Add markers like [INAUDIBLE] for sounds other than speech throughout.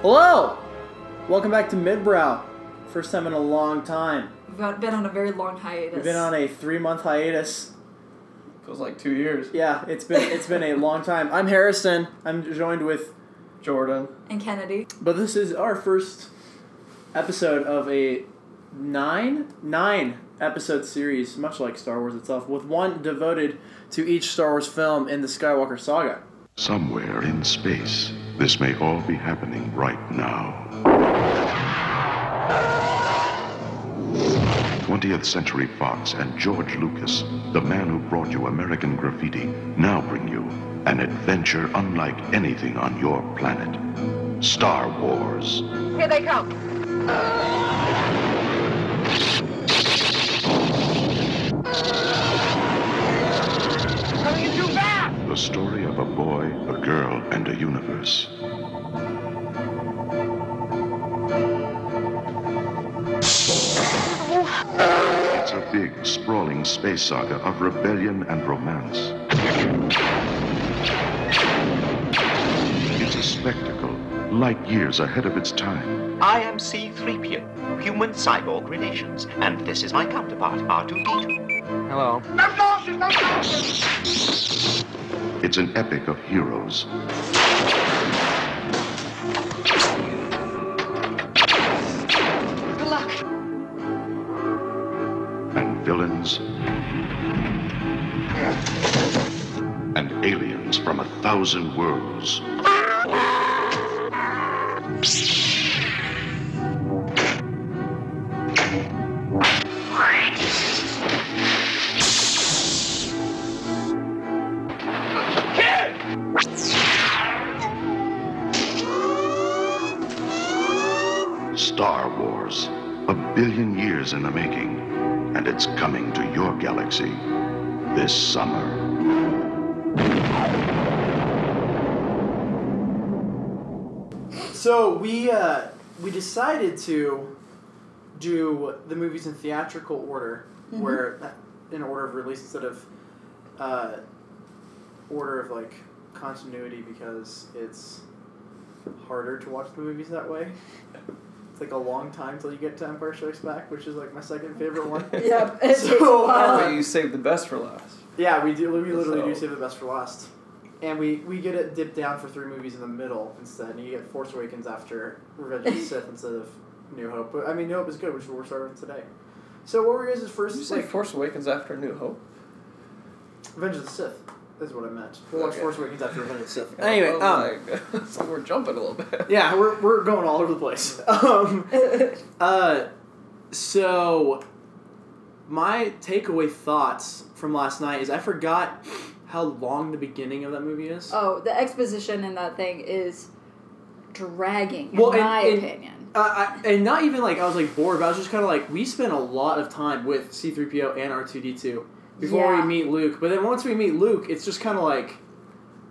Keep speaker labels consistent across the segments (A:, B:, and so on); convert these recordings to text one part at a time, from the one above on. A: Hello! Welcome back to Midbrow. First time in a long time.
B: We've got- been on a very long hiatus.
A: We've been on a three month hiatus.
C: Feels like two years.
A: Yeah, it's been it's been
C: [LAUGHS]
A: a long time. I'm Harrison. I'm joined with
C: Jordan.
A: [LAUGHS]
B: and Kennedy.
A: but this is our first episode of a nine nine episode series, much like Star Wars itself, with one devoted to each Star Wars film in the Skywalker saga.
D: Somewhere in space, this may all be happening right now. 20th Century Fox and George Lucas, the man who brought you American Graffiti, now bring you an adventure unlike anything on your planet Star Wars.
E: Here they come. Coming in too fast!
D: The story of a boy, a girl, and a universe. It's a big, sprawling space saga of rebellion and romance. It's a spectacle, light years ahead of its time.
F: I am C3PO, human cyborg relations, and this is my counterpart, R2D2.
E: No flashes! No flashes!
D: It's an epic of heroes.
E: Good luck.
D: and villains and aliens from a thousand worlds. Star Wars, a billion years in the making, and it's coming to your galaxy this summer.
A: So we uh, we decided to do the movies in theatrical order, where uh, in order of release instead of uh, order of like continuity because it's harder to watch the movies that way. It's like a long time till you get to Empire Strikes Back, which is like my second favorite one.
B: [LAUGHS] Yep. It takes a
A: So,
B: while.
A: uh,
C: you saved the best for last.
A: Yeah, we do. We literally do
C: So-
A: save the best for last, and we we get it dipped down for three movies in the middle instead, and you get Force Awakens after Revenge of the Sith instead of New Hope. But I mean, New Hope is good, which we're starting with today. So what were your guys'
C: Did you
A: first
C: say
A: like
C: Force Awakens after New Hope?
A: Revenge of the Sith? Is what I meant. We'll watch
C: Okay.
A: Force Awakens after Revenge of the Sith. [LAUGHS]
C: I
A: Anyway,
C: was
A: um,
C: Oh, like, [LAUGHS] so we're jumping a little bit. [LAUGHS]
A: yeah, we're we're going all over the [LAUGHS] place. Um, uh, so my takeaway thoughts from last night is I forgot how long the beginning of that movie is.
B: [LAUGHS] oh, the exposition in that thing is dragging,
A: Well,
B: in
A: and-
B: my
A: and-
B: opinion.
A: Uh, I, and not even like I was like bored, but I was just kind of like we spent a lot of time with C three PO and R two D two before
B: Yeah.
A: we meet Luke. But then once we meet Luke, it's just kind of like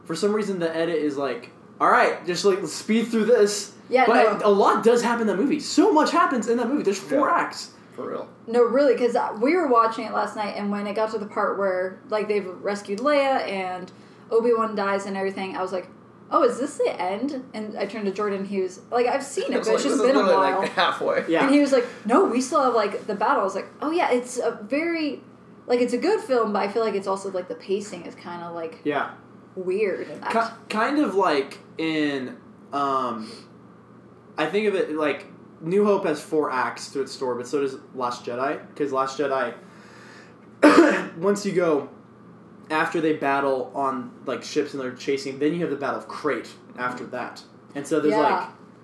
A: for some reason the edit is like, all right, just like let's speed through this.
B: Yeah,
A: but
B: no.
A: a lot does happen in that movie. So much happens in that movie. There's four
C: Yeah.
A: acts.
C: For real.
B: No, really, because we were watching it last night, and when it got to the part where like they've rescued Leia and Obi Wan dies and everything, I was like, oh, is this the end? And I turned to Jordan Hughes. Like
A: [LAUGHS]
B: I've seen it,
C: It's
B: but
C: like,
B: it's just
C: this is
B: been a
C: literally
B: while.
C: like halfway.
A: Yeah.
B: And he was like, no, we still have like the battle. I was like, oh yeah, it's a very like it's a good film, but I feel like it's also like the pacing is kind of like
A: Yeah.
B: weird. in that.
A: Ki kind of like in, um, I think of it like New Hope has four acts to its story, but so does Last Jedi. Because Last Jedi, [COUGHS] once you go after they battle on like ships and they're chasing, then you have the Battle of Crate after that, and so there's
B: Yeah.
A: like.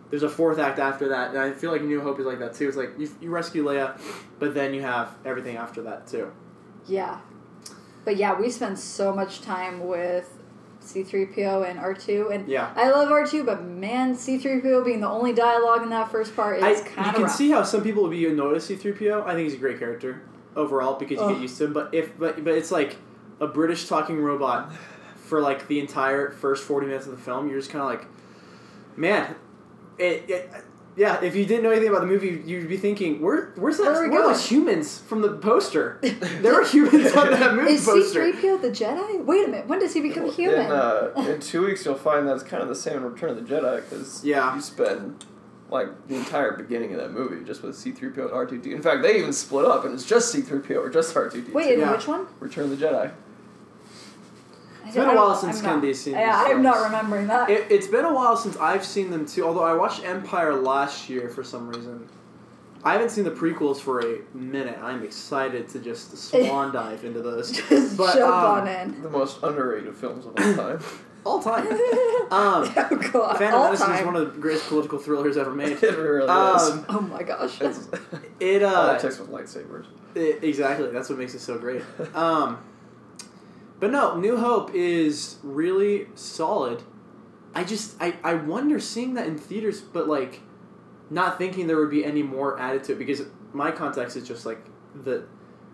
A: There's a fourth act after that, and I feel like New Hope is like that too. It's like you, you rescue Leia, but then you have everything after that too.
B: Yeah. But yeah, we spend so much time with C3PO and R2 and
A: Yeah.
B: I love R2, but man, C3PO being the only dialogue in that first part
A: I,
B: is
A: you
B: kind
A: can
B: of rough.
A: see how some people would be annoyed with C-3PO. I think he's a great character overall because you
B: Ugh.
A: get used to him. But if but but it's like a British talking robot for like the entire first forty minutes of the film. You're just kind of like, man, it, it. Yeah, if you didn't know anything about the movie, you'd be thinking, "Where, where's that?
B: Where are we
A: are
B: going?"
A: those humans from the
B: [LAUGHS]
A: poster? there are humans on that movie
B: is
A: poster."
B: C3PO the Jedi? Wait a minute, when does he become
C: Well,
B: human?
A: [LAUGHS]
C: In, uh, in two weeks, you'll find that's kind of the same in Return of the Jedi because
A: Yeah.
C: you spend like the entire beginning of that movie just with C-3PO and R2D. In fact, they even split up and it's just C-3PO or just R2D.
B: Wait, in
A: yeah.
B: which one?
C: Return of the Jedi.
B: It's
A: been a while since Candy's seen
B: Yeah,
A: these
B: I'm not
A: films.
B: remembering that.
A: It, it's been a while since I've seen them too. Although I watched Empire last year for some reason. I haven't seen the prequels for a minute. I'm excited to just swan
B: [LAUGHS]
A: dive into those.
B: [LAUGHS] Just
A: but,
B: jump
A: um,
B: on in.
C: The most underrated films
A: [LAUGHS]
C: of all time. [LAUGHS]
A: All
B: [LAUGHS]
A: time. Um,
B: oh god,
A: Phantom
B: all
A: Menace is
B: time.
A: one of the greatest political thrillers ever made.
B: [LAUGHS]
C: it really
A: Um,
B: oh my gosh.
C: is. It's [LAUGHS]
A: It
B: Oh,
A: uh,
C: politics with lightsabers.
A: I- E, exactly. That's what makes it so great. Um, but no, New Hope is really solid. I just I, I wonder seeing that in theaters, but like not thinking there would be any more added to it because my context is just like the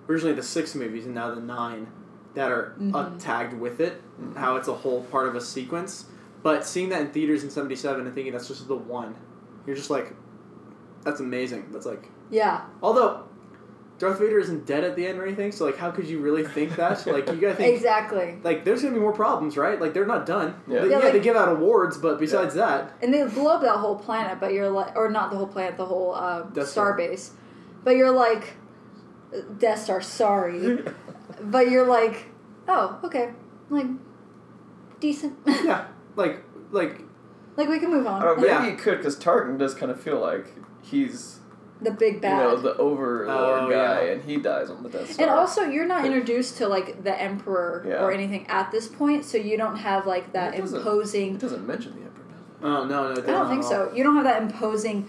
A: originally the six movies and now the nine that are uh, tagged with it. How it's a whole part of a sequence. But seeing that in theaters in '77 and thinking that's just the one, you're just like, that's amazing. That's like
B: yeah.
A: Although Darth Vader isn't dead at the end or anything, so like, how could you really think that? like, you gotta think
B: Exactly.
A: like there's gonna be more problems, right? Like, they're not done.
C: Yeah.
A: They,
B: Yeah,
A: they
B: like-
A: give out awards, but besides that,
B: And they blow up that whole planet, but you're like, or not the whole planet, the whole uh,
A: Death Star.
B: star base. But you're like, Death Star,
C: [LAUGHS]
B: sorry. but you're like, oh, okay. Like, decent. [LAUGHS]
A: yeah, like, like,
B: like, we can move
C: I
B: on.
C: don't know, Uh, maybe
A: Yeah.
C: it could because Tarkin does kind of feel like he's
B: the big bad.
C: you know the overlord
A: Oh,
C: guy
A: yeah.
C: and he dies on the Death Star.
B: and also, you're not introduced to, like, the Emperor
C: Yeah.
B: or anything at this point, so you don't have, like, that
C: It doesn't-
B: imposing.
C: It doesn't mention the Emperor. does it?
A: oh no, no,
B: I don't think so. You don't have that imposing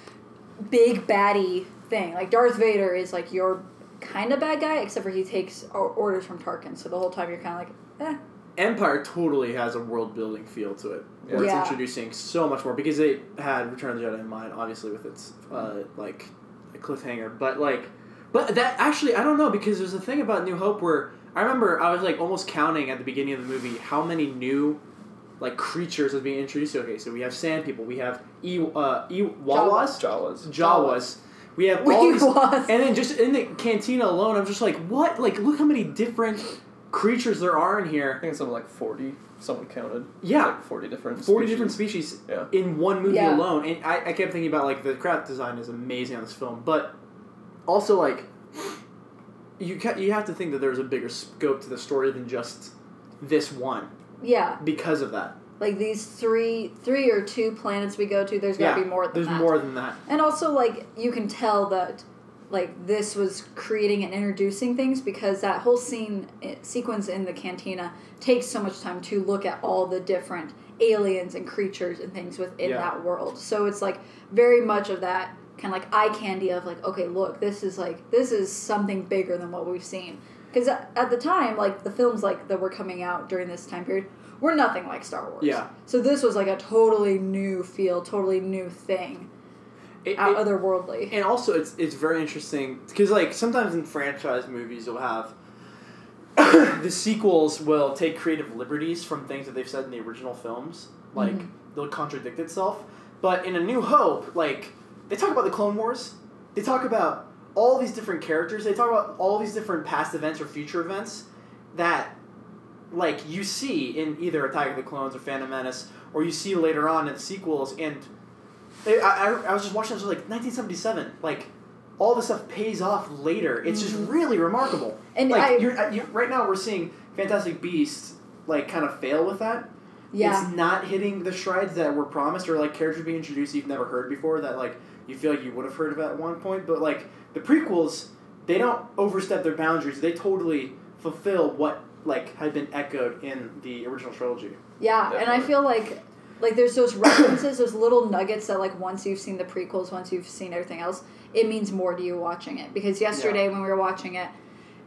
B: big baddie thing. Like Darth Vader is like your kind of bad guy, except for he takes o- orders from Tarkin. So the whole time you're kind of like, eh. [LAUGHS]
A: Empire totally has a world building feel to it, where
B: Yeah.
A: it's introducing so much more because they had Return of the Jedi in mind, obviously with its uh, like a cliffhanger, but like, but that actually I don't know because there's a thing about New Hope where I remember I was like almost counting at the beginning of the movie how many new like creatures was being introduced. Okay, so we have sand people, we have e uh, e Jawas,
C: Jawas.
A: Jawas. We have all these,
B: Jawas.
A: and then just in the cantina alone, I'm just like, what? Like, look how many different creatures there are in here.
C: I think it's something like 40. Someone counted.
A: Yeah.
C: Like 40
A: 40
C: different species.
A: different species
C: Yeah.
A: in one movie
B: Yeah.
A: alone. And I, I kept thinking about, like, the craft design is amazing on this film. But also, like, you, ca- you have to think that there's a bigger scope to the story than just this one
B: yeah,
A: because of that.
B: like these three, three or two planets we go to. There's
A: yeah.
B: gotta be more than
A: There's
B: that.
A: more than that.
B: And also, like you can tell that, like this was creating and introducing things because that whole scene eh, sequence in the cantina takes so much time to look at all the different aliens and creatures and things within
A: Yeah.
B: that world. So it's like very much of that kind of like eye candy of like, okay, look, this is like this is something bigger than what we've seen. Because at at the time, like the films like that were coming out during this time period were nothing like Star Wars.
A: Yeah.
B: So this was like a totally new feel, totally new thing
A: It-
B: out
A: it-
B: otherworldly.
A: and also it's it's very interesting because like sometimes in franchise movies you'll have [COUGHS] the sequels will take creative liberties from things that they've said in the original films like they'll contradict itself but in a new hope like they talk about the clone wars they talk about all these different characters they talk about all these different past events or future events that like you see in either Attack of the Clones or Phantom Menace, or you see later on in sequels. And I, I, I was just watching this, I was like 1977, like all this stuff pays off later. It's just really remarkable.
B: Mm. And
A: like
B: I-
A: you're, uh, you right now, we're seeing Fantastic Beasts like kind of fail with that.
B: Yeah.
A: It's not hitting the strides that were promised, or like characters being introduced you've never heard before that like you feel like you would have heard of at one point. But like the prequels, they don't overstep their boundaries. They totally fulfill what like had been echoed in the original trilogy.
B: Yeah, and I
C: Definitely.
B: feel like like there's those references, those little nuggets that like once you've seen the prequels, once you've seen everything else, it means more to you watching it. Because yesterday when we were watching it,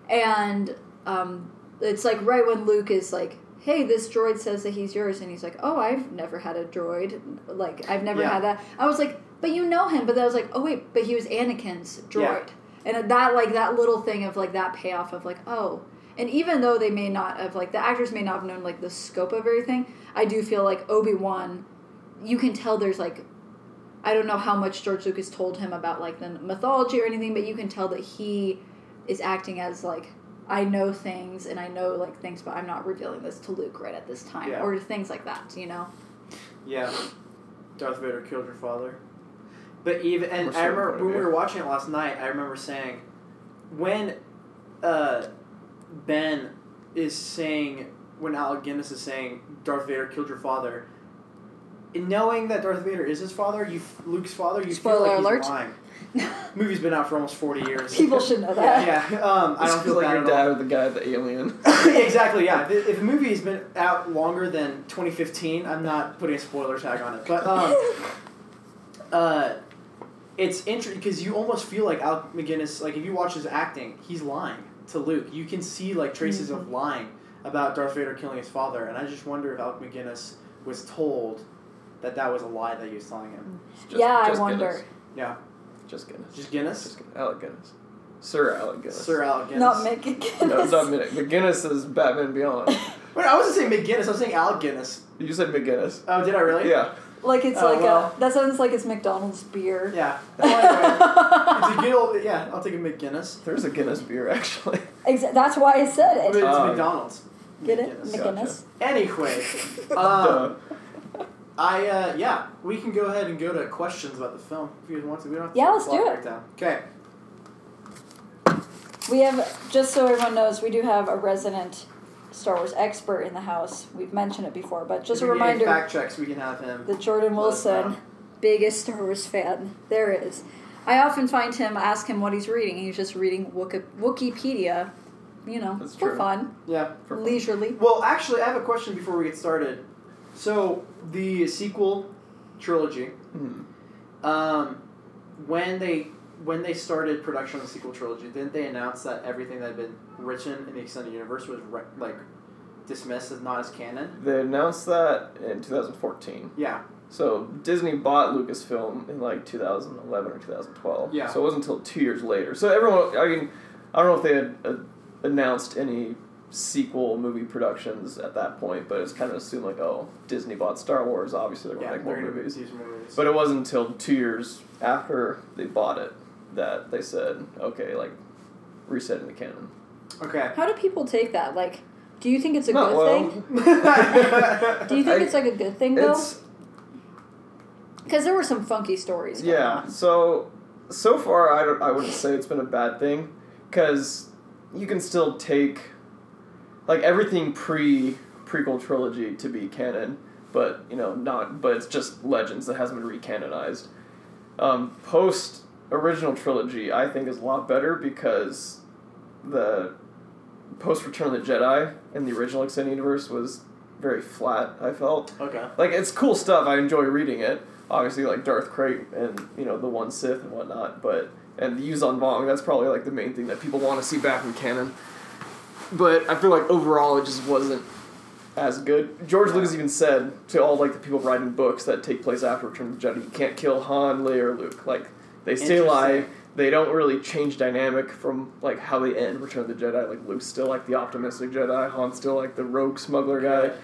B: and um, it's like right when Luke is like, "Hey, this droid says that he's yours," and he's like, "Oh, I've never had a droid. Like I've never
A: Yeah.
B: had that." I was like, "But you know him." But then I was like, "Oh wait, but he was Anakin's droid." And that like that little thing of like that payoff of like, "Oh." And even though they may not have like the actors may not have known like the scope of everything, I do feel like Obi-Wan you can tell there's like I don't know how much George Lucas told him about like the mythology or anything, but you can tell that he is acting as like I know things and I know like things, but I'm not revealing this to Luke right at this time
A: Yeah.
B: or things like that, you know.
A: Yeah. Darth Vader killed your father. But even
C: Or
A: and I
C: so,
A: remember when we
C: yeah.
A: were watching it last night, I remember saying when uh, Ben is saying when Alec Guinness is saying Darth Vader killed your father, and knowing that Darth Vader is his father, you Luke's father, you
B: Spoiler
A: feel like
B: alert.
A: he's
B: [LAUGHS]
A: lying. Movie's been out for almost forty years.
B: People should know that. [LAUGHS]
A: yeah, um, I
C: It's
A: don't feel
C: like
A: bad
C: your
A: at all.
C: dad or the guy, the alien.
A: [LAUGHS] exactly. Yeah. If, if a movie has been out longer than 2015, I'm not putting a spoiler tag on it. But um, uh, it's interesting because you almost feel like Alec McGinnis. Like if you watch his acting, he's lying to Luke. You can see like traces of lying about Darth Vader killing his father, and I just wonder if Alec McGinnis was told that that was a lie that he was telling him.
C: Just,
B: yeah, I
C: just
B: wonder.
C: Guinness.
A: Yeah.
C: Just Guinness.
A: Just Guinness.
C: Mm. Just Guinness. Alec Guinness. Sir Alec Guinness.
A: Sir Alec Guinness.
B: Not Mick Guinness.
C: No, it's not Minute. McGinnis is Batman Beyond.
A: Wait, I wasn't saying McGinnis. I was saying Alec Guinness.
C: you said McGinnis.
A: Oh, did I really?
C: Yeah.
B: [LAUGHS] like it's
A: Oh,
B: like
A: well.
B: a that sounds like it's McDonald's beer.
A: Yeah. Oh, Well, anyway.
B: [LAUGHS]
A: It's a good old, yeah, I'll take a McGinnis.
C: There's a Guinness beer, actually.
B: Exa- that's why I
A: I
B: said
A: mean,
B: it.
A: it's
C: Um,
A: McDonald's.
B: Get it,
A: McGinnis.
C: Mc-
B: McGuinness.
A: Anyway,
C: [LAUGHS] Duh.
A: um, I uh, yeah, we can go ahead and go to questions about the film if you guys want to. We don't have to
B: Yeah, let's
A: plot
B: do it.
A: breakdown. Okay.
B: We have, just so everyone knows, we do have a resident Star Wars expert in the house. We've mentioned it before, but just
A: if
B: a
A: we need any
B: reminder
A: Fact checks. We can have him.
B: that Jordan
A: Let us
B: Wilson,
A: know.
B: biggest Star Wars fan there is. I often find him, ask him what he's reading, and he's just reading Wiki- Wikipedia, you know,
C: That's
B: for
C: true.
B: fun,
A: Yeah.
C: For fun.
B: leisurely.
A: Well, actually, I have a question before we get started. So the sequel trilogy.
C: Hmm.
A: Um, when they when they started production on the sequel trilogy, didn't they announce that everything that had been written in the extended universe was re- like dismissed as not as canon?
C: They announced that in 2014.
A: Yeah,
C: So Disney bought Lucasfilm in like 2011 or 2012.
A: Yeah.
C: So it wasn't until two years later. So everyone, I mean, I don't know if they had uh, announced any sequel movie productions at that point, but it's kind of assumed like, oh, Disney bought Star Wars. Obviously, they're going
A: yeah,
C: to make more
A: they're gonna
C: movies.
A: use more movies.
C: But it wasn't until two years after they bought it that they said, okay, like resetting the canon.
A: okay.
B: How do people take that? Like, do you think it's a
C: Not
B: good
C: well. [LAUGHS]
B: thing? Do you think
C: I-
B: it's like a good thing, though?
C: It's
B: Because there were some funky stories. going
C: Yeah.
B: on.
C: So so far, I don't, I wouldn't say it's been a bad thing, because you can still take like everything pre prequel trilogy to be canon, but you know not. But it's just legends that hasn't been recanonized. Um, Post original trilogy, I think, is a lot better because the post Return of the Jedi in the original extended universe was very flat. I felt
A: okay.
C: like it's cool stuff. I enjoy reading it. Obviously, like Darth Crate and you know the One Sith and whatnot, but and the Yuzon Vong. That's probably like the main thing that people want to see back in canon. But I feel like overall, it just wasn't as good. George Lucas even said to all like the people writing books that take place after Return of the Jedi, you can't kill Han, Leia, or Luke. Like they stay
A: Interesting.
C: alive. They don't really change dynamic from like how they end Return of the Jedi. Like Luke's still like the optimistic Jedi, Han's still like the rogue smuggler guy.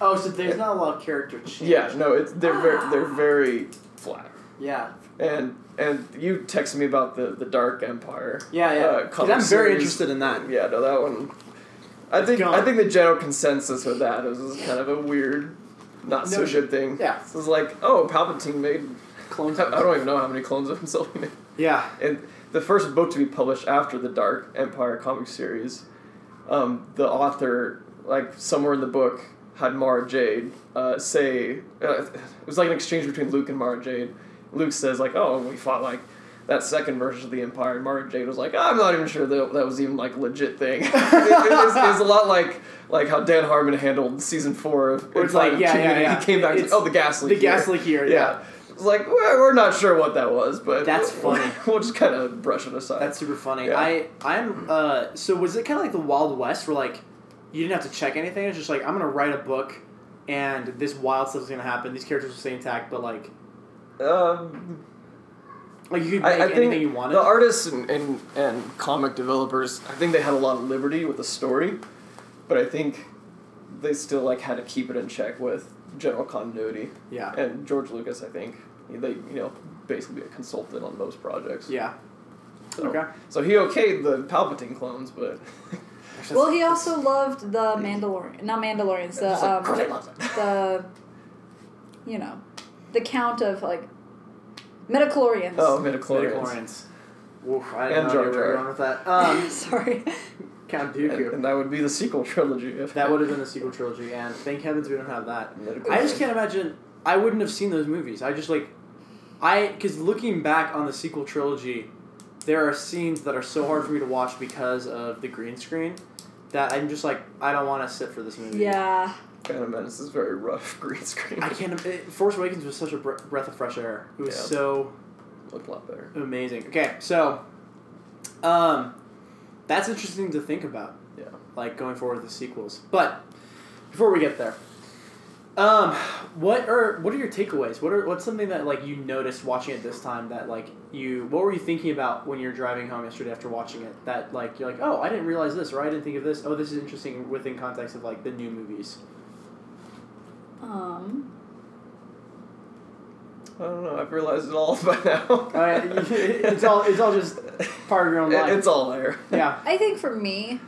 A: Oh, so there's not a lot of character change.
C: Yeah, no, it's they're
A: Ah.
C: very they're very flat.
A: Yeah.
C: And and you texted me about the the Dark Empire.
A: Yeah, yeah.
C: uh,
A: Because
C: comic
A: I'm very
C: series.
A: interested in that.
C: Yeah, no, that one. I think I
A: Gone.
C: think the general consensus with that is this is kind of a weird, not so
A: Notion.
C: good thing.
A: Yeah.
C: This is like, oh, Palpatine made.
A: Clones.
C: I I don't even know how many clones of himself he made.
A: Yeah.
C: And the first book to be published after the Dark Empire comic series, um, the author, like somewhere in the book, had Mara Jade uh, say uh, it was like an exchange between Luke and Mara Jade. Luke says like, "Oh, we fought like that second version of the Empire," and Mara Jade was like, "I'm not even sure that that was even like a legit thing." [LAUGHS] it, it's, it's a lot like like how Dan Harmon handled season four of
A: Where it's
C: Empire
A: like, yeah, yeah,
C: Community.
A: yeah.
C: He came back, and
A: It's-
C: said, "Oh, the gas leak."
A: The
C: here."
A: gas leak here.
C: Yeah. It's like, we're, we're not sure what that was, but.
A: That's
C: we'll-
A: funny.
C: [LAUGHS] We'll just kind of brush it aside.
A: That's super funny.
C: Yeah.
A: I I'm uh so was it kind of like the Wild West where like you didn't have to check anything? It's just like I'm gonna write a book, and this wild stuff is gonna happen. These characters will stay intact, but like
C: um,
A: like you could make
C: I, I
A: anything
C: think
A: you wanted.
C: the artists and, and, and comic developers, I think they had a lot of liberty with the story, but I think they still like had to keep it in check with general continuity.
A: yeah,
C: And George Lucas, I think, they you know basically a consultant on most projects.
A: yeah.
C: So,
A: Okay.
C: So he okayed the Palpatine clones, but [LAUGHS]
B: Well, he also loved the Mandalorian, not Mandalorians, the
C: Just like,
B: um,
C: "Perfect love it."
B: the you know, the count of like Metachlorians.
C: oh, midichlorians.
A: Midichlorians. Oof, I didn't
C: And
A: know
C: Jar
A: where you were
C: Jar.
A: going with that. Um,
B: [LAUGHS] Sorry.
A: Count
C: And, [LAUGHS]
A: Dooku.
C: and that would be the sequel trilogy. If [LAUGHS]
A: That would have been the sequel trilogy, and thank heavens we don't have that.
C: Medical
A: I just can't imagine. I wouldn't have seen those movies. I just like, I because looking back on the sequel trilogy, there are scenes that are so hard for me to watch because of the green screen that I'm just like, I don't want to sit for this movie.
B: yeah.
C: Phantom Menace is very rough [LAUGHS] green screen.
A: I can't. It, Force Awakens was such a br- breath of fresh air. It was
C: Yeah.
A: so
C: Look a lot better.
A: amazing. Okay, so, um, that's interesting to think about.
C: Yeah.
A: like going forward with the sequels. But before we get there, um, what are what are your takeaways? What are what's something that like you noticed watching it this time that like you what were you thinking about when you're driving home yesterday after watching it that like you're like oh I didn't realize this or I didn't think of this oh this is interesting within context of like the new
C: [LAUGHS]
A: movies.
B: Um.
C: I don't know. I've realized it all [LAUGHS] by now.
A: Uh, [LAUGHS] it's all it's all just part of your own
C: [LAUGHS] It-
A: life.
C: it's all there.
A: yeah.
B: I think for me,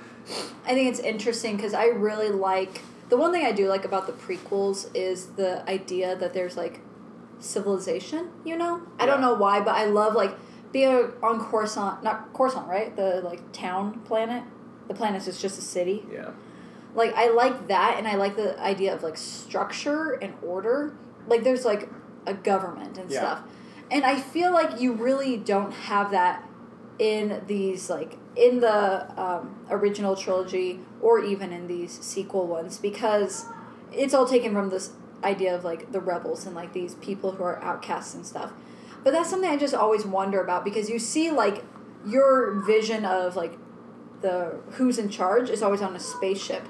B: I think it's interesting because I really like the one thing I do like about the prequels is the idea that there's like civilization. You know, I don't
A: Yeah.
B: know why, but I love like being on Coruscant, not Coruscant, right? The like town planet. The planet is just a city.
C: [LAUGHS] Yeah.
B: like I like that and I like the idea of like structure and order. Like there's like a government and
A: Yeah.
B: stuff. And I feel like you really don't have that in these like in the um, original trilogy or even in these sequel ones because it's all taken from this idea of like the rebels and like these people who are outcasts and stuff. But that's something I just always wonder about because you see like your vision of like the who's in charge is always on a spaceship.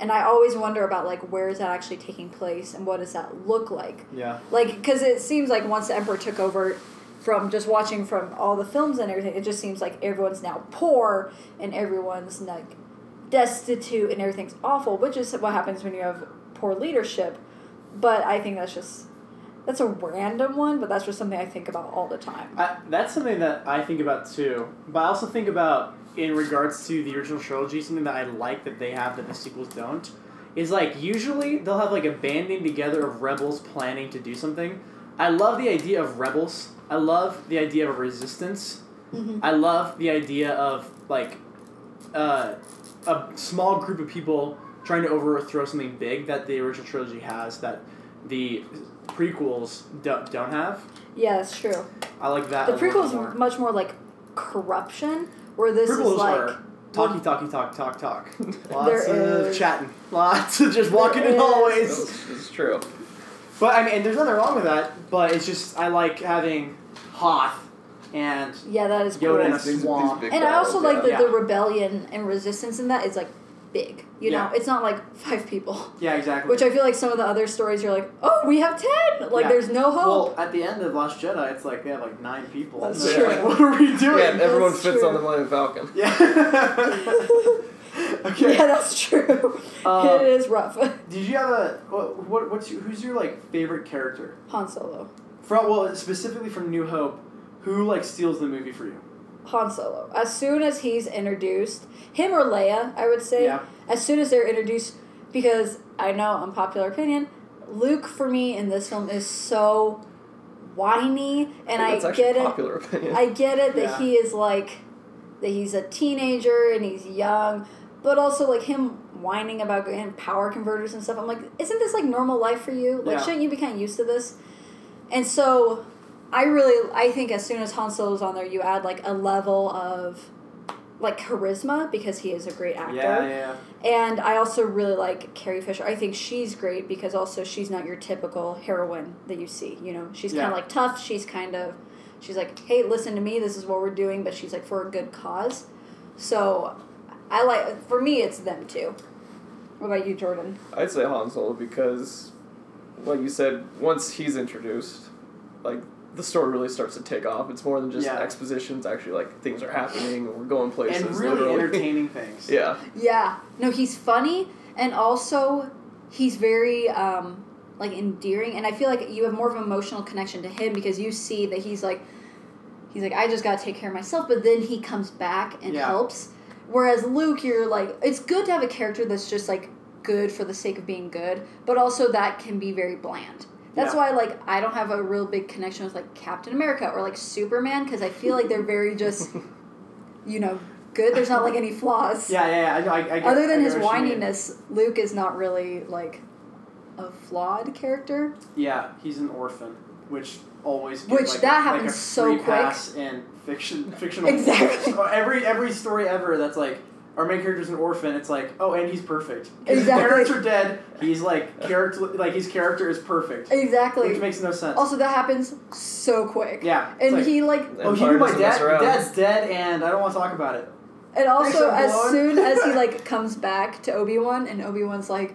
B: And I always wonder about like where is that actually taking place and what does that look like?
A: Yeah.
B: Like because it seems like once the emperor took over from just watching from all the films and everything, it just seems like everyone's now poor and everyone's like destitute and everything's awful, which is what happens when you have poor leadership. But I think that's just that's a random one, but that's just something I think about all the time.
A: I, that's something that I think about too. But I also think about in regards to the original trilogy, something that I like that they have that the sequels don't is like usually they'll have like a banding together of rebels planning to do something. I love the idea of rebels. I love the idea of a resistance. I love the idea of like uh, a small group of people trying to overthrow something big that the original trilogy has that the prequels don't, don't have.
B: Yeah, that's true.
A: I like that.
B: The
A: a little
B: prequel's
A: more.
B: much more like corruption, where this
A: Prequels
B: is like
A: are talky, talky, talk, talk, talk. [LAUGHS] Lots
B: There
A: of
B: is-
A: chatting. Lots of just walking
B: There
A: in
B: is-
A: hallways.
C: It's, it's true.
A: But I mean, and there's nothing wrong with that. But it's just I like having Hoth and
B: yeah, that is cool.
A: Yoda in a
C: These- these
A: swamp.
C: big
B: And I also like
C: battles, yeah.
B: that the rebellion and resistance in that is like big. You know,
A: Yeah.
B: it's not like [LAUGHS] five people,
A: yeah, exactly.
B: which I feel like some of the other stories you're like, oh, we have ten. Like
A: Yeah.
B: there's no
A: well, [LAUGHS]
B: hope. [LAUGHS]
A: at the end of Last Jedi, it's like they have like nine people.
B: That's
A: and they're
C: true.
A: Like, what are we doing?
C: Yeah, and everyone
B: That's
C: fits
B: true.
C: on the Millennium Falcon.
A: [LAUGHS]
B: [LAUGHS]
A: Yeah. okay.
B: yeah, that's true.
A: Um,
B: it is rough. [LAUGHS]
A: Did you have a what? what what's your, who's your like favorite character?
B: Han Solo.
A: From well, specifically from New Hope, who like steals the movie for you?
B: Han Solo. As soon as he's introduced, him or Leia, I would say.
A: Yeah.
B: as soon as they're introduced, because I know unpopular opinion, Luke for me in this film is so whiny, and I
C: That's actually
B: get it.
A: [LAUGHS]
C: popular [LAUGHS] opinion.
B: I get it that
A: Yeah.
B: he is like that he's a teenager and he's young, but also like him whining about getting power converters and stuff. I'm like, isn't this like normal life for you? Like,
A: Yeah.
B: shouldn't you be kind of used to this? And so, I really, I think as soon as Han Solo's on there, you add like a level of like charisma because he is a great actor.
A: Yeah, yeah.
B: And I also really like Carrie Fisher. I think she's great because also she's not your typical heroine that you see. You know, she's kind
A: Yeah.
B: of like tough. She's kind of, she's like, hey, listen to me. This is what we're doing. But she's like for a good cause. So, I like. For me, it's them too. What about you, Jordan?
C: I'd say Han Solo because, like you said, once he's introduced, like the story really starts to take off. It's more than just
A: Yeah.
C: exposition. It's actually like things are happening. and We're going places.
A: And really
C: literally.
A: entertaining things.
C: [LAUGHS] yeah,
B: Yeah. No, he's funny and also he's very um like endearing and I feel like you have more of an emotional connection to him because you see that he's like he's like I just got to take care of myself but then he comes back and
A: Yeah.
B: helps whereas Luke you're like it's good to have a character that's just like good for the sake of being good but also that can be very bland. That's
A: Yeah.
B: why like I don't have a real big connection with like Captain America or like Superman cuz I feel like they're
A: [LAUGHS]
B: very just you know good there's not like any flaws
A: Yeah, yeah, yeah. I, I, I get,
B: other
A: I
B: than
A: get
B: his
A: what you mean.
B: whininess, Luke is not really like a flawed character.
A: Yeah, he's an orphan, which always gives,
B: Which
A: like, like
B: that
A: a
B: happens so
A: free
B: quick.
A: pass in fiction [LAUGHS] fictional
B: Exactly.
A: stories. [LAUGHS] every every story ever that's like our main character's an orphan. It's like oh, and he's perfect. His
B: Exactly.
A: parents are dead. He's like character like his character is perfect, which
B: Exactly.
A: makes no sense.
B: Also, that happens so quick.
A: yeah, it's
B: And
A: like,
B: he like,
A: Oh, he
C: Empire
A: knew my
C: doesn't
A: dad.
C: mess around.
A: My dad's dead, and I don't want to talk about it.
B: and also
A: so
B: as
A: bored.
B: soon as he like comes back to Obi Wan, and Obi Wan's like,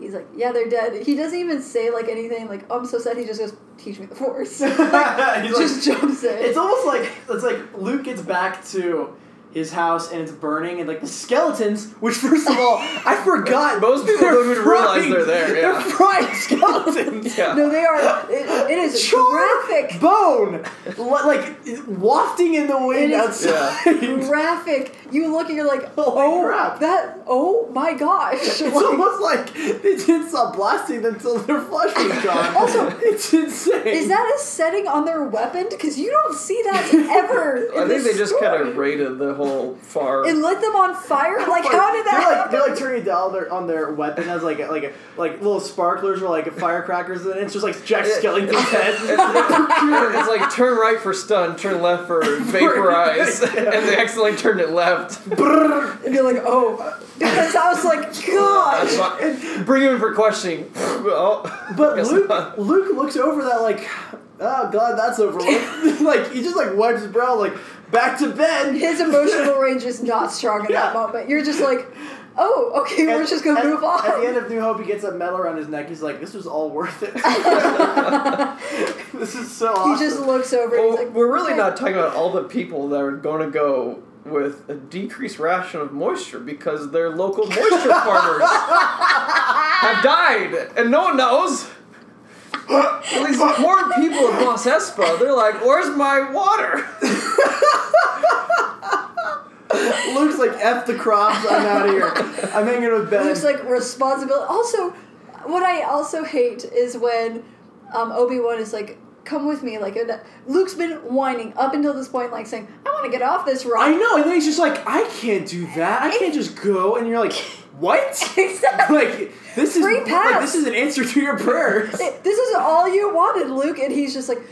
B: he's like, yeah, they're dead. He doesn't even say like anything like, oh, I'm so sad. He just goes, teach me the
A: [LAUGHS]
B: force.
A: He's
B: like,
A: like-
B: just jumps in.
A: It's almost like it's like Luke gets back to his house and it's burning and like the skeletons, which first of all I forgot.
C: Most people
A: they're
C: don't even realize
A: frying-
C: they're there,
A: [LAUGHS]
C: yeah.
A: They're
B: [LAUGHS]
A: frying [LAUGHS] skeletons.
C: yeah.
B: no, they are. It, it is
A: Char-
B: graphic.
A: Bone, Li- like wafting in the wind
B: It is- [LAUGHS]
A: outside. [LAUGHS]
B: Graphic. You look and you're like,
A: Holy
B: oh,
A: crap."
B: that. Oh my gosh.
A: It's almost like they didn't stop blasting until their flesh was gone.
B: Also-
A: it's insane.
B: Is that a setting on their weapon? Because you don't see that ever.
C: I
B: in
C: think
B: this
C: they just
B: story.
C: kind of raided the whole far.
B: It lit them on fire. Like how did that?
A: They're like
B: happen?
A: they're like turning it down their, on their weapon as like a, like a, like little sparklers or like firecrackers, and it's just like Jack
C: [LAUGHS]
A: Skellington's head.
C: [LAUGHS] it's like turn right for stun, turn
B: [LAUGHS]
C: left for vaporize, and they accidentally turned it left.
B: And they're like, oh, because I was like,
C: That's
B: God.
C: why- [LAUGHS] Bring him in for questioning. [LAUGHS] Oh,
A: [LAUGHS] But
C: guess
A: Luke
C: not.
A: Luke looks over that like, oh god, that's over. [LAUGHS] with." like he just like wipes his brow like back to bed.
B: His emotional range is not strong in
A: Yeah.
B: that moment. You're just like, oh, okay, we're just gonna
A: at,
B: move on.
A: At the end of New Hope, he gets a medal around his neck. He's like, "This was all worth [LAUGHS] it. this is so awesome."
B: he just looks over. and
C: Well,
B: he's like,
C: we're really
B: okay.
C: not talking about all the people that are going to go with a decreased ration of moisture because their
B: [LAUGHS]
C: local moisture farmers have died, and no one knows. At least poor people in Los Espa, they're like, "Where's my water?" [LAUGHS]
A: Luke's like, "F the crops. I'm out of here. I'm hanging with Ben."
B: looks like responsibility. Also, what I also hate is when um, Obi Wan is like, "Come with me." Like and Luke's been whining up until this point, like saying, "I want to get off this rock."
A: I know, and then he's just like, I can't do that. I can't just go. And you're like,
B: [LAUGHS]
A: what? [LAUGHS]
B: Exactly.
A: like this is
B: Free
A: like
B: pass.
A: this is an answer to your prayers.
B: It- this is all you wanted, Luke, and he's just like,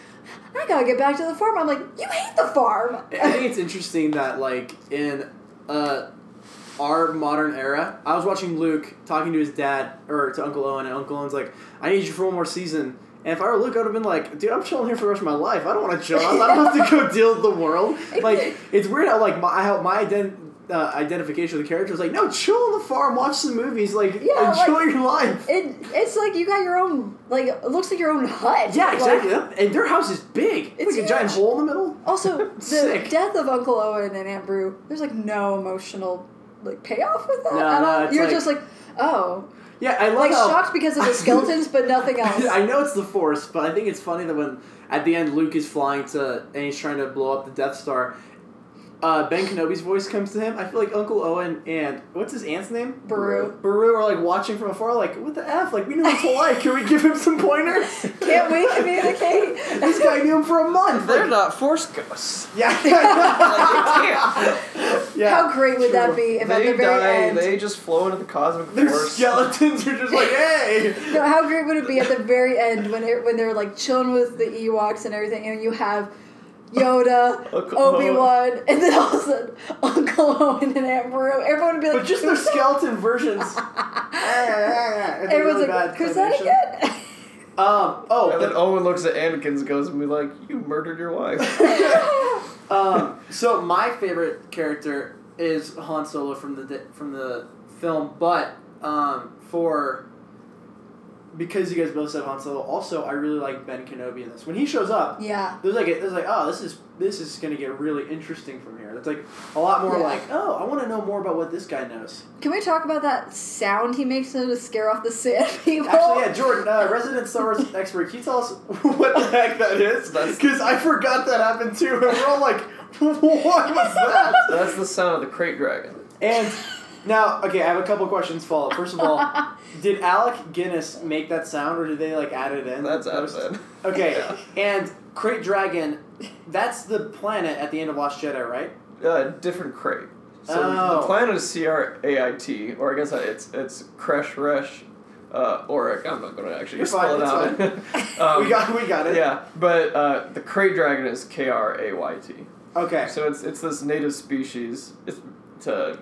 B: "I gotta get back to the farm." I'm like, "You hate the
A: [LAUGHS]
B: farm."
A: I think it's interesting that like in uh, our modern era, I was watching Luke talking to his dad or to Uncle Owen, and Uncle Owen's like, "I need you for one more season." And if I were Luke, I would have been like, "Dude, I'm chilling here for the rest of my life. I don't want to chill. out. I don't have to
B: [LAUGHS]
A: go deal with the world." Like it's weird how like my how my ident- uh, identification with the character is like, "No, chill on the farm, watch some movies, like
B: Yeah,
A: enjoy
B: like-
A: your life."
B: It, it's like you got your own, like it looks like your own hut.
A: Yeah,
B: Like,
A: exactly. That- and their house is big. It's
B: It's
A: like a giant
B: huge.
A: hole in the middle. [LAUGHS]
B: Also, the
A: Sick.
B: death of Uncle Owen and Aunt Brew, there's like no emotional like payoff with that.
A: No,
B: at
A: no,
B: all.
A: it's
B: You're
A: like-
B: just like, oh,
A: Yeah, [LAUGHS] I love
B: like
A: how,
B: shocked because of the skeletons, but
A: [LAUGHS]
B: nothing else.
A: I know it's the Force, but I think it's funny that when at the end Luke is flying to and he's trying to blow up the Death Star, uh, Ben Kenobi's voice comes to him, I feel like Uncle Owen and what's his aunt's name?
B: Baru.
A: Baru are like watching from afar, like what the f? Like we knew him to like. Can we give him some pointers?
B: Can't we communicate?
A: this guy knew him for a month.
C: They're
A: Like,
C: not force ghosts.
B: [LAUGHS]
A: yeah, yeah, [LAUGHS] yeah.
B: How great would that be if at
C: they
B: the very
C: die.
B: end?
C: They just flow into the cosmic
A: Their
C: force.
A: skeletons are just like, hey.
B: No, [LAUGHS] how great would it be at the very end when it, when they're like chilling with the Ewoks and everything, and you have
A: [LAUGHS]
B: Yoda,
C: Uncle
B: Obi Wan, and then all of a sudden [LAUGHS] Uncle Owen and Aunt Maru. Everyone would be like,
A: But just their skeleton versions. Eh, It's a
B: [LAUGHS] everyone's
A: really
B: like,
A: bad
B: who's that
A: combination.
B: again?
A: Um, oh,
C: And
A: the-
C: then Owen looks at Anakin's ghost and be like, "You murdered
A: [LAUGHS]
C: your wife."
A: Um, [LAUGHS] so my favorite character is Han Solo from the di- from the film, but um, for because you guys both said Han Solo, also I really like Ben Kenobi in this. When he shows up,
B: [LAUGHS] yeah,
A: there's like a, there's like oh this is this is gonna get really interesting from here. It's like a lot more
B: Yeah.
A: like oh I want to know more about what this guy knows.
B: can we talk about that sound he makes to scare off the sand [LAUGHS] people?
A: Actually, yeah, Jordan, uh, resident Star Wars expert, can you tell us [LAUGHS] what the heck that is?
C: That's-
A: Because I forgot that happened too, and we're all like, [LAUGHS] what was that?
C: That's the sound of the crate dragon.
A: And now, okay, I have a couple questions. Follow. up. First of all,
B: [LAUGHS]
A: did Alec Guinness make that sound, or did they like add it in?
C: That's
A: post?
C: Adam.
A: Okay,
C: [LAUGHS]
A: and Crate Dragon, that's the planet at the end of Lost Jedi, right?
C: Uh, different crate. So
A: Oh.
C: the planet is C R A I T, or I guess it's it's Kresh Resh, uh, Oric. I'm not going to actually
A: You're
C: spell
A: fine,
C: it out. [LAUGHS] um,
A: we got, we got it.
C: Yeah, but uh, the crate dragon is K R A Y T.
A: Okay.
C: So it's it's this native species it's to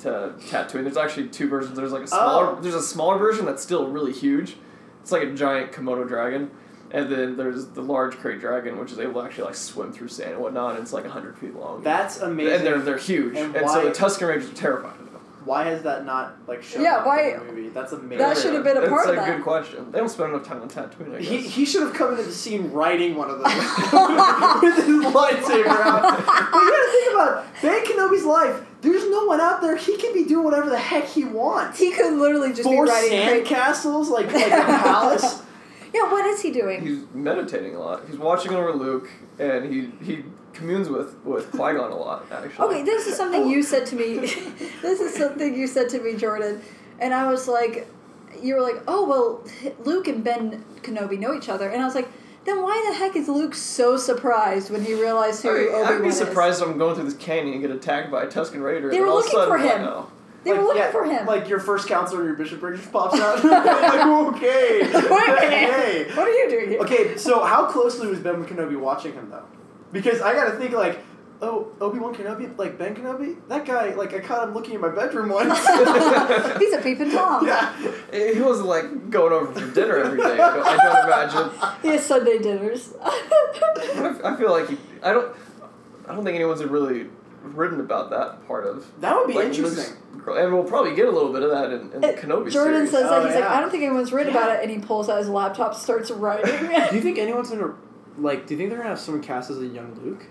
C: to Tatooine. There's actually two versions. There's like a smaller
A: Oh.
C: there's a smaller version that's still really huge. It's like a giant Komodo dragon. And then there's the large crate dragon, which is able to actually like swim through sand and whatnot. And it's like hundred feet long.
A: That's amazing.
C: And they're they're huge.
A: And
C: And, so
A: why-
C: the Tusken Rangers are terrified of them.
A: why has that not like shown
B: Yeah,
A: up
B: why-
A: in the movie? That's amazing.
B: That should have been a
C: it's
B: part
C: a
B: of that.
C: good question. They don't spend enough time on Tatooine. I guess.
A: He, he should have come into the scene riding one [LAUGHS]
B: [LAUGHS]
A: of them with his lightsaber out. But you gotta think about it. Ben Kenobi's life. There's no one out there. He can be doing whatever the heck he wants.
B: He could literally just
A: Four
B: be riding.
A: sand
B: cra-
A: castles, like, like a palace.
B: yeah, what is he doing?
C: he's meditating a lot. He's watching over Luke, and he he communes with with Qui Gon a lot. Actually,
B: Okay, this is something you said to me. [LAUGHS] this is something you said to me, Jordan, and I was like, you were like, oh well, Luke and Ben Kenobi know each other, and I was like, then why the heck is Luke so surprised when he realized who
C: I mean,
B: Obi
C: I'd
B: Wan
C: be
B: is?
C: surprised if I'm going through this canyon and get attacked by a Tusken Raider.
B: They
C: and
B: were
C: all of a
B: looking for
C: sudden,
B: him.
C: I know.
B: [LAUGHS] They were
A: Like,
B: looking
A: yeah,
B: for him.
A: Like your first counselor in your bishopric just pops out. like, okay. [LAUGHS] Hey.
B: [LAUGHS] what are you doing here?
A: Okay, so how closely was Ben Kenobi watching him though? Because I gotta think like, oh, Obi Wan Kenobi, like Ben Kenobi, that guy, like I caught him looking in my bedroom
B: [LAUGHS]
A: once.
B: [LAUGHS]
A: [LAUGHS]
B: He's a peeping tom.
A: yeah.
C: Eh, He wasn't like going over for dinner every day. I don't, I don't imagine.
B: He has Sunday dinners.
C: I, I feel like he, I don't. I don't think anyone's really written about that part of.
A: That would be
C: like,
A: interesting.
C: Luke's- and we'll probably get a little bit of that in, in the Kenobi
B: Uh, Jordan
C: series.
B: says
A: Oh,
B: that he's like,
A: yeah.
B: I don't think anyone's written about it, and he pulls out his laptop, starts writing.
A: Do [LAUGHS] you think anyone's gonna like? Do you think they're gonna have someone cast as a young Luke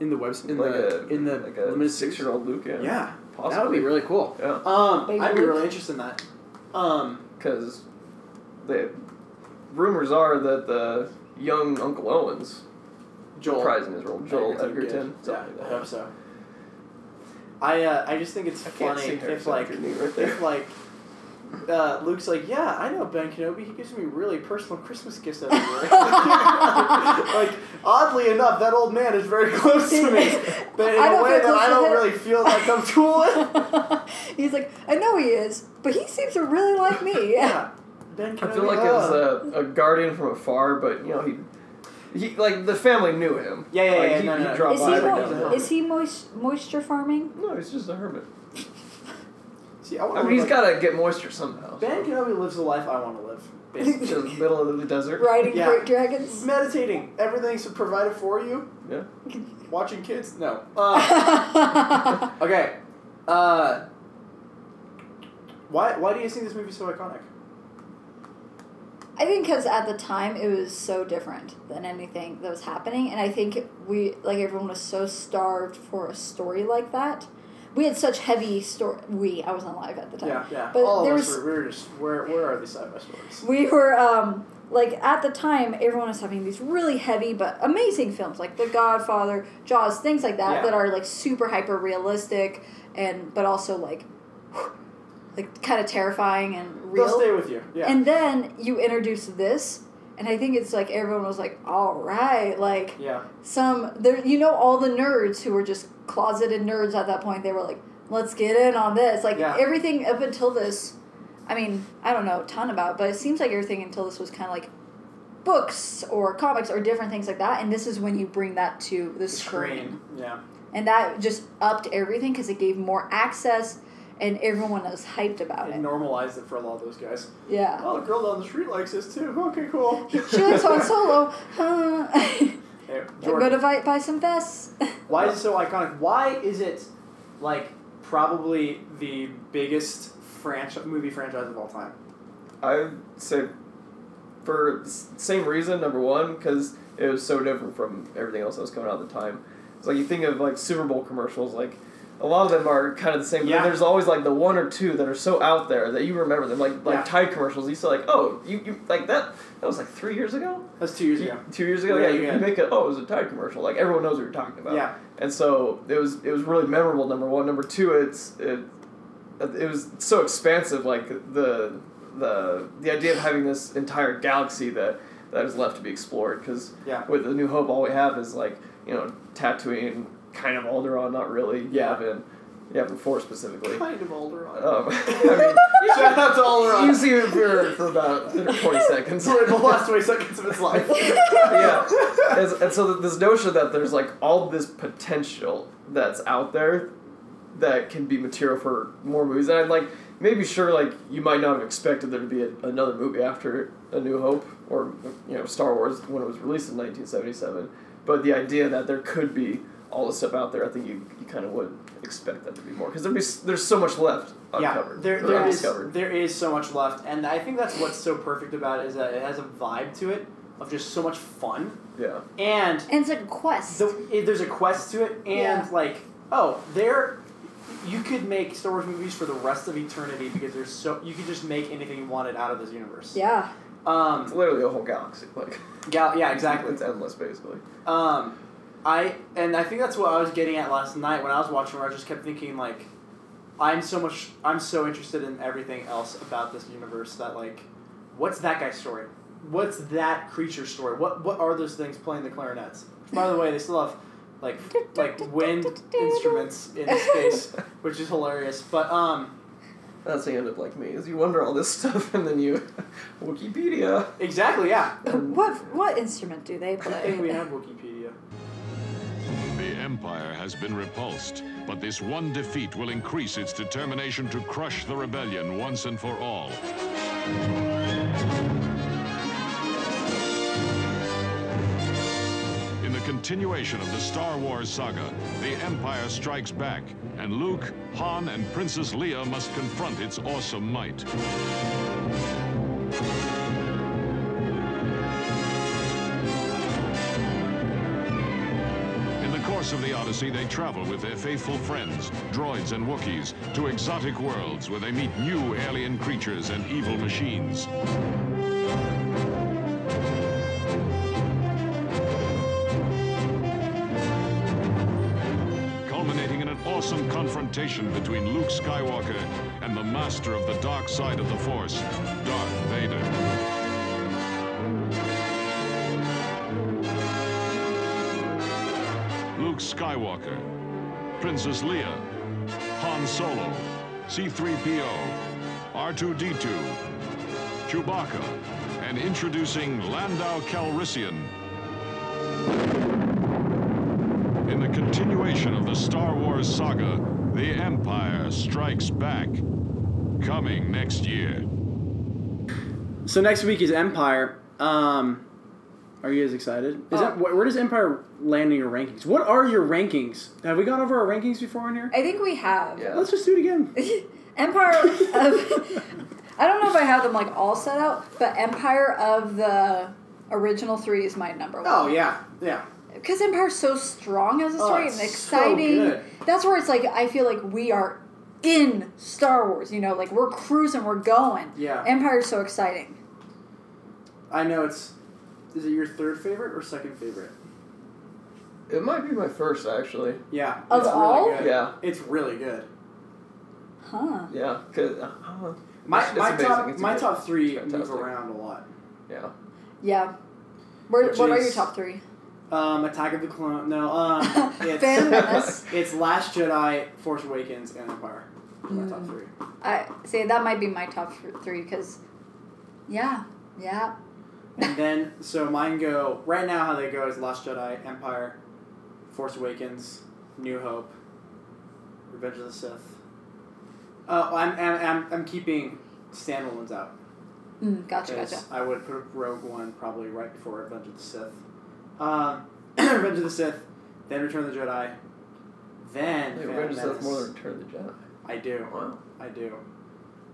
A: in the webs in
C: like
A: the
C: a
A: in the
C: like a
A: limited
C: six year old Luke. Yeah.
A: Yeah, that would
C: possibly.
A: be really cool.
C: Yeah.
A: Um,
B: Baby
A: I'd be
B: Luke.
A: really interested in that. Um,
C: because the rumors are that the young Uncle Owens
A: Joel
C: reprising his role, Joel
A: Edgerton did.
C: Edgerton.
A: Yeah,
C: something
A: I
C: like that.
A: hope so. I uh, I just think it's
C: I can't
A: funny
C: see her,
A: if
C: so
A: like
C: you're neat right there.
A: if [LAUGHS] like. Uh, Luke's like, yeah, I know Ben Kenobi. He gives me really personal Christmas gifts
B: [LAUGHS]
A: every year. [LAUGHS] like, oddly enough, that old man is very [LAUGHS] close to
B: [LAUGHS]
A: me, but in
B: I
A: a
B: don't
A: way
B: feel
A: that
B: close
A: I
B: to
A: don't
B: him.
A: really feel that
B: [LAUGHS]
A: comfortable with.
B: He's like, I know he is, but he seems to really like me.
A: [LAUGHS] Yeah. Ben
C: I
A: Kenobi. uh,
C: feel like uh, it was a, a guardian from afar, but you know he, he like the family knew him.
A: Yeah, yeah,
C: like,
A: yeah,
C: He,
A: no,
C: he
A: no.
B: [LAUGHS]
C: dropped
B: Is
C: by
B: he,
A: Bye,
C: every
A: Mike.
C: now and
B: mo-
C: then.
B: is he moist- moisture farming?
C: No, he's just a hermit.
A: See, I, wanna
C: I mean, he's
A: live
C: got to get moisture somehow.
A: like- Oh Ben Kenobi lives the life I want to live.
C: so.
A: basically.
C: just middle of the desert.
B: Riding
A: Yeah.
B: great
A: [LAUGHS]
B: dragons? [LAUGHS]
A: Meditating. Everything's provided for you.
C: Yeah.
A: Watching kids. No. Uh,
B: [LAUGHS]
A: okay. Uh, why Why do you think this movie's so iconic?
B: I think because at the time it was so different than anything that was happening, and I think we like everyone was so starved for a story like that. We had such heavy story. We I wasn't alive at the time.
A: Yeah, yeah.
B: But
A: All
B: there
A: of
B: was
A: us were, we were just where Where are these sci-fi stories?
B: we were um like at the time everyone was having these really heavy but amazing films like The Godfather, Jaws, things like that
C: Yeah.
B: that are like super hyper realistic and but also like [SIGHS] like kind of terrifying and real.
A: They'll stay with you. Yeah.
B: And then you introduce this and I think it's like everyone was like, "All right, like
A: yeah.
B: some there you know all the nerds who were just closeted nerds at that point they were like let's get in on this like
A: Yeah.
B: everything up until this i mean i don't know a ton about but it seems like everything until this was kind of like books or comics or different things like that and this is when you bring that to the screen
A: Yeah.
B: and that just upped everything because it gave more access and everyone was hyped about
A: And
B: it
A: normalize it for a lot of those guys.
B: yeah
A: Oh, the girl down the street likes this too. Okay, cool.
B: [LAUGHS] she likes
A: [LAUGHS]
B: Han Solo. [LAUGHS] Huh.
A: Hey,
B: I'm gonna
A: Jordan,
B: buy, buy some vests. [LAUGHS]
A: why is it so iconic? Why is it like probably the biggest franchise movie franchise of all time?
C: I'd say for s- same reason, number one, because it was so different from everything else that was coming out at the time. It's like you think of like Super Bowl commercials, like a lot of them are kind of the same, but
A: Yeah.
C: then there's always like the one or two that are so out there that you remember them, like like
A: Yeah.
C: Tide commercials. You still like, oh, you, you like that? That was like three years ago.
A: That's two years ago.
C: Two years ago,
A: Yeah,
C: yeah.
A: you
C: you,
A: got
C: you
A: it.
C: make a oh, it was a Tide commercial. Like everyone knows what you're talking about.
A: Yeah.
C: And so it was it was really memorable. Number one, number two, it's it it was so expansive. Like the the the idea of having this entire galaxy that that is left to be explored. Because
A: Yeah.
C: with the New Hope, all we have is like you know Tatooine, kind of Alderaan, not really
A: Yeah.
C: Yavin, Yavin Four
A: [LAUGHS]
C: specifically. Um, [LAUGHS]
A: Kind of Alderaan. [LAUGHS]
C: I
A: Shout out to
C: mean,
A: Alderaan.
C: you see it for, for about twenty
A: [LAUGHS]
C: seconds.
A: Sorry, the last 20 seconds of its life.
C: yeah. And, and so th- this notion that there's like all this potential that's out there that can be material for more movies. And I'm like, maybe sure, like you might not have expected there to be a, another movie after A New Hope or you know Star Wars when it was released in 1977. But the idea that there could be all this stuff out there, I think you, you kind of would expect that to be more because there'd be s- there's so much left uncovered.
A: Yeah, there,
C: or
A: there, is,
C: undiscovered.
A: there is so much left, and I think that's what's so perfect about it is that it has a vibe to it of just so much fun,
C: Yeah.
A: and
B: and it's like a quest.
A: the, it, there's a quest to it, and
B: Yeah.
A: like, oh, there, you could make Star Wars movies for the rest of eternity because there's so you could just make anything you wanted out of this universe.
B: yeah.
C: It's
A: Um.
C: literally a whole galaxy. Like
A: Gal- yeah. Exactly.
C: [LAUGHS] It's endless basically.
A: Um, I and I think that's what I was getting at last night when I was watching. Where I just kept thinking like, I'm so much, I'm so interested in everything else about this universe that like, what's that guy's story? What's that creature's story? What what are those things playing the clarinets? Which, by the way, they still have like like wind instruments in space, which is hilarious. But um,
C: That's how you end up like me, is you wonder all this [LAUGHS] stuff and then you Wikipedia.
A: exactly, yeah.
B: What what instrument do they
A: I think we
B: play?
A: have Wikipedia.
G: The Empire has been repulsed, but this one defeat will increase its determination to crush the rebellion once and for all. In the continuation of the Star Wars saga, the Empire strikes back, and Luke, Han, and Princess Leia must confront its awesome might. In the course of the Odyssey, they travel with their faithful friends, droids and Wookiees, to exotic worlds where they meet new alien creatures and evil machines. Culminating in an awesome confrontation between Luke Skywalker and the master of the dark side of the Force, Darth Vader. Luke Skywalker, Princess Leia, Han Solo, C3PO, R2D2, Chewbacca, and introducing Landau Calrissian. In the continuation of the Star Wars saga, The Empire Strikes Back, coming next year.
A: So next week is Empire. Um, are you guys excited? Is that, wh- where does Empire land in your rankings? What are your rankings? Have we gone over our rankings before in here?
B: I think we have.
C: Yeah.
A: Let's just do it again.
B: Empire
A: [LAUGHS]
B: of [LAUGHS] I don't know if I have them like all set out, but Empire of the original three is my number one.
A: Oh yeah, yeah.
B: Because Empire's so strong as a
A: Oh,
B: story
A: it's
B: and
A: so
B: exciting.
A: good.
B: That's where it's like I feel like we are in Star Wars, you know, like we're cruising, we're going.
A: Yeah.
B: Empire's so exciting.
A: I know it's. Is it your third favorite or second favorite?
C: It might be my first actually.
A: Yeah.
B: Of
A: it's
B: all?
A: Really good.
C: Yeah.
A: It's really good.
B: Huh.
C: Yeah, cause I don't know.
A: My,
C: It's- it's
A: my
C: amazing.
A: top
C: It's
A: my
C: good.
A: top three
C: It's
A: move
C: fantastic.
A: around a lot.
C: Yeah,
B: Yeah. Where,
A: Which
B: what are
A: is-
B: your top three?
A: Um, Attack of the Clone. No. Um, [LAUGHS]
B: [LAUGHS]
A: it's [LAUGHS]
B: Phantom Menace.
A: it's Last Jedi, Force Awakens, and Empire. are My top
B: Mm.
A: three.
B: I say that might be my top th- three because, yeah, yeah,
A: And then, so mine go right now. How they go is Last Jedi, Empire, Force Awakens, New Hope, Revenge of the Sith. Oh, I'm I'm I'm, I'm keeping standalones out
B: mm, gotcha,
A: because
B: gotcha.
A: I would put Rogue One probably right before Revenge of the Sith. Um, [CLEARS THROAT] Revenge of the Sith, then Return of the Jedi, then
C: Wait,
A: Phantom
C: Revenge of the Sith
A: Menace. [LAUGHS]
C: more than Return of the Jedi.
A: I do,
C: Wow.
A: I do.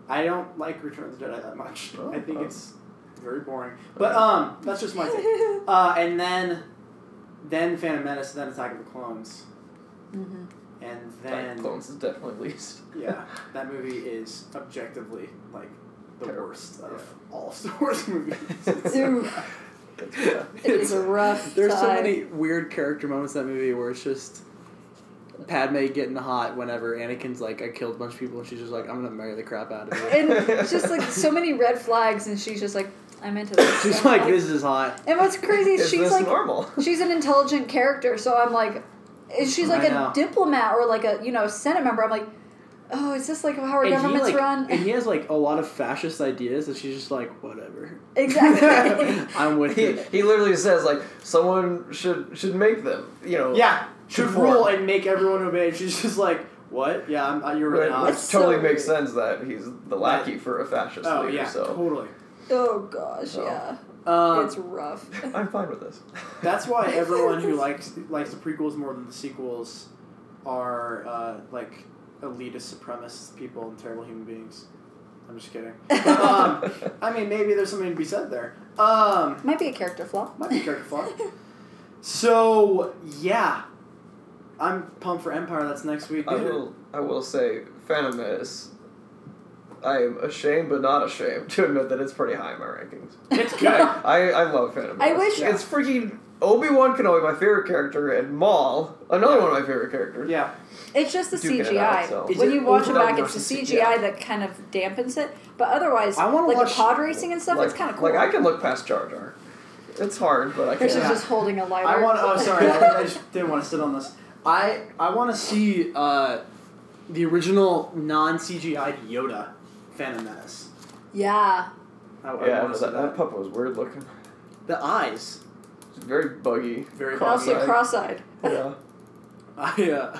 A: I don't like Return of the Jedi that much.
C: Oh,
A: I think
C: oh.
A: it's very boring. But um, that's just my take. Uh, and then, then Phantom Menace, then Attack of the Clones,
B: hmm
A: and
C: Attack
A: then
C: of Clones is
A: [LAUGHS]
C: definitely least.
A: yeah, that movie is objectively like the
C: Terrible.
A: worst of all Star Wars [LAUGHS]
C: [LAUGHS]
A: movies.
B: [LAUGHS] Oof.
C: That's- yeah.
B: It is a rough
A: There's so
B: time.
A: many weird character moments in that movie where it's just Padme getting hot whenever Anakin's like, "I killed a bunch of people," and she's just like, "I'm gonna marry the crap out of you." [LAUGHS]
B: And it's just like so many red flags, and she's just like, I'm into
A: [LAUGHS]
B: this.
A: she's
B: I'm
A: like, "This is hot."
B: And what's crazy is
C: Is
B: she's
C: this
A: [LAUGHS]
B: like,
C: normal?
B: she's an intelligent character, so I'm like, is she's like
A: I know.
B: a diplomat or like a you know Senate member. I'm like, oh, is this like how our
A: and
B: governments
A: he, like,
B: run?
A: And he has like a lot of fascist ideas, and she's just like, whatever.
B: [LAUGHS]
A: [LAUGHS]
B: exactly.
A: I'm with
C: He,
A: you.
C: he literally says like someone should should make them you know
A: Yeah, should
C: Conform.
A: rule and make everyone obey. And she's just like, what? Yeah, I'm, uh, you're
C: Right,
A: right.
C: which
B: It's so
C: totally makes
B: weird.
C: sense that he's the lackey for a fascist
A: oh
C: leader.
A: yeah,
C: so
A: totally.
B: oh gosh,
C: So.
B: yeah,
A: Um,
B: it's rough.
C: I'm fine with this.
A: [LAUGHS] that's why everyone who likes likes the prequels more than the sequels are uh, like elitist supremacist people and terrible human beings. I'm just kidding. But, um, I mean, maybe there's something to be said there. Um,
B: Might be a character flaw.
A: Might be character flaw. so yeah, I'm pumped for Empire. That's next week.
C: I
A: These are-
C: will. I will say, Phantom Menace. I am ashamed, but not ashamed, [LAUGHS] to admit that it's pretty high in my rankings.
A: It's
C: [LAUGHS]
A: good.
C: I, I love Phantom
B: I
C: Menace.
B: wish-
C: it's freaking Obi Wan Kenobi, my favorite character, and Maul, another one of my favorite characters.
A: yeah,
B: It's just the
C: Do get it
B: CGI.
C: out, so.
A: Is
B: When
A: it
B: you watch it
C: overall
B: back, it's the
C: versus-
B: CGI
C: yeah.
B: that kind of dampens it. But otherwise,
A: I wanna
B: like
A: watch-
B: the pod racing and stuff,
C: like,
B: it's kind of cool.
C: Like I can look past Jar Jar. It's hard, but I can.
B: Chris is
A: Yeah.
B: just holding a lighter.
A: I want.
B: [LAUGHS]
A: Oh, sorry. I, I just didn't want to sit on this. I I want to see uh, the original non CGI Yoda, Phantom Menace.
B: yeah,
A: I, I
C: Yeah,
A: wanna see
C: that, that
A: that.
C: pup was weird looking.
A: The eyes. [LAUGHS]
C: It's very buggy.
A: Very
B: but also
A: buggy.
B: cross-eyed.
C: Yeah.
A: I uh,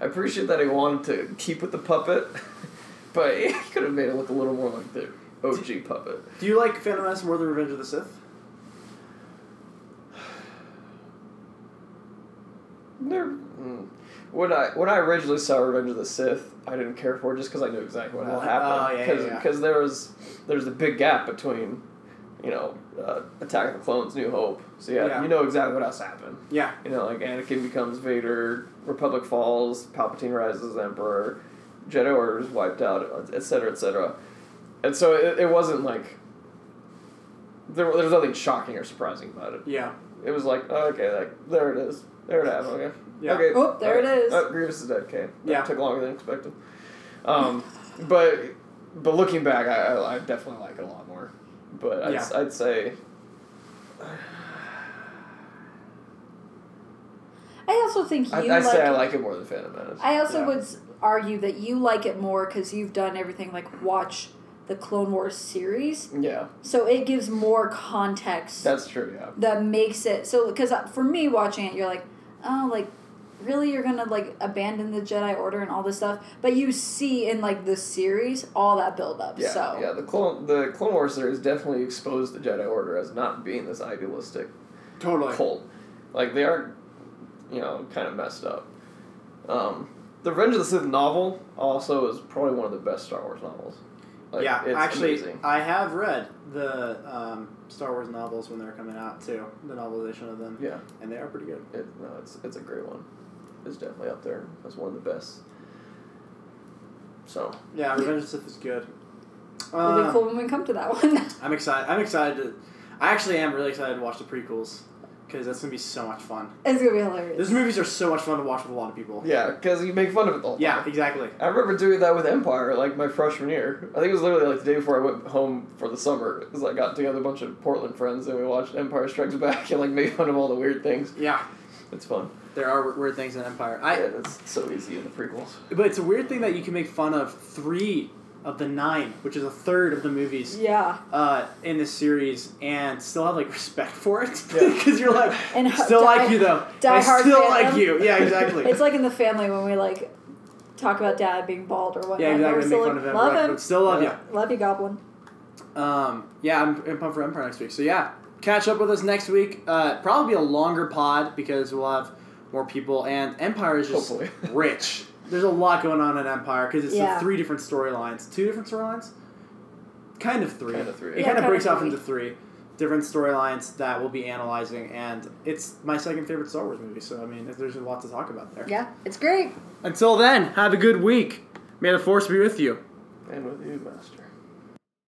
C: I appreciate that he wanted to keep with the puppet, [LAUGHS] but he could have made it look a little more like the OG puppet.
A: do you like Phantom Menace more than Revenge of the Sith?
C: They're, mm. when I when I originally saw Revenge of the Sith, I didn't care for it just because I knew exactly what
A: Oh,
C: had happened.
A: yeah,
C: Because
A: yeah, yeah.
C: there was there's a big gap between, you know, uh, Attack of the Clones, New Hope. So yeah,
A: Yeah.
C: you know exactly what else happened.
A: Yeah.
C: You know, like Anakin becomes Vader, Republic falls, Palpatine rises as Emperor, Jedi Order is wiped out, etc., cetera, etc. Cetera. And so it, it wasn't like there, there was nothing shocking or surprising about it.
A: Yeah.
C: It was like, oh, okay, like there it is, there it happened. Okay,
A: Yeah.
C: okay.
B: Oh, there
C: all right.
B: it is.
C: Oh, Grievous is dead. Okay, that
A: Yeah.
C: took longer than expected. Um, but but looking back, I, I, I definitely like it a lot more. But I'd, s-
A: Yeah.
C: I'd say
B: I also think you
C: I, I
B: like.
C: say I like it more than Phantom Menace.
B: I also
C: Yeah.
B: would s- argue that you like it more because you've done everything like watch the Clone Wars series,
C: Yeah,
B: so it gives more context.
C: that's true. Yeah.
B: that makes it so because for me watching it you're like oh like really you're gonna like abandon the jedi order and all this stuff but you see in like the series all that build up
C: Yeah,
B: so
C: yeah. The Clone the Clone Wars series definitely exposed the Jedi Order as not being this idealistic
A: Totally.
C: cult. Like they are, you know, kind of messed up. Um, the Revenge of the Sith novel also is probably one of the best Star Wars novels. Like,
A: yeah,
C: it's
A: actually, uh,
C: amazing.
A: I have read the um, Star Wars novels when they're coming out too, the novelization of them,
C: Yeah,
A: and they are pretty good.
C: it, no, it's it's a great one. It's definitely up there as one of the best. So
A: Yeah, Revenge of the Sith is good.
B: it'll be
A: Um,
B: cool when we come to that one [LAUGHS]
A: I'm excited. I'm excited to. I actually am really excited to watch the prequels because that's gonna be so much fun.
B: It's gonna be hilarious.
A: Those movies are so much fun to watch with a lot of people.
C: Yeah, because you make fun of it all.
A: Yeah, exactly.
C: I remember doing that with Empire, like my freshman year. I think it was literally like the day before I went home for the summer. Is I got together a bunch of Portland friends and we watched Empire Strikes Back [LAUGHS] and like made fun of all the weird things.
A: Yeah,
C: It's fun.
A: there are weird things in Empire.
C: Yeah,
A: I
C: it's so easy in the prequels.
A: but it's a weird thing that you can make fun of three of the nine, which is a third of the movies.
B: Yeah,
A: Uh, in this series, and still have like respect for it
C: Yeah.
A: [LAUGHS] because you're like
B: And ho-
A: still
B: die-
A: like you though.
B: die
A: I
B: hard
A: still
B: fandom.
A: like you. Yeah, exactly.
B: it's like in the family when we like talk about dad being bald or whatnot.
A: yeah,
B: and
A: exactly.
B: We're
A: Make
B: still
A: fun
B: like,
A: of him,
B: love
A: but
B: him,
A: Still love you.
B: love you, Goblin.
A: Um, yeah, I'm, I'm pumped for Empire next week. So yeah, catch up with us next week. Uh, probably be a longer pod because we'll have more people. And Empire is just
C: Hopefully.
A: [LAUGHS] rich. There's a lot going on in Empire because it's the
B: Yeah.
A: three different storylines, two different storylines, kind of three.
C: Kind of three.
A: It
C: Yeah,
A: kind of
B: kind
A: breaks
B: of
A: off
B: three.
A: into three different storylines that we'll be analyzing, and it's my second favorite Star Wars movie. So I mean, there's a lot to talk about there.
B: Yeah, it's great.
A: Until then, have a good week. May the force be with you.
C: And with you, Master.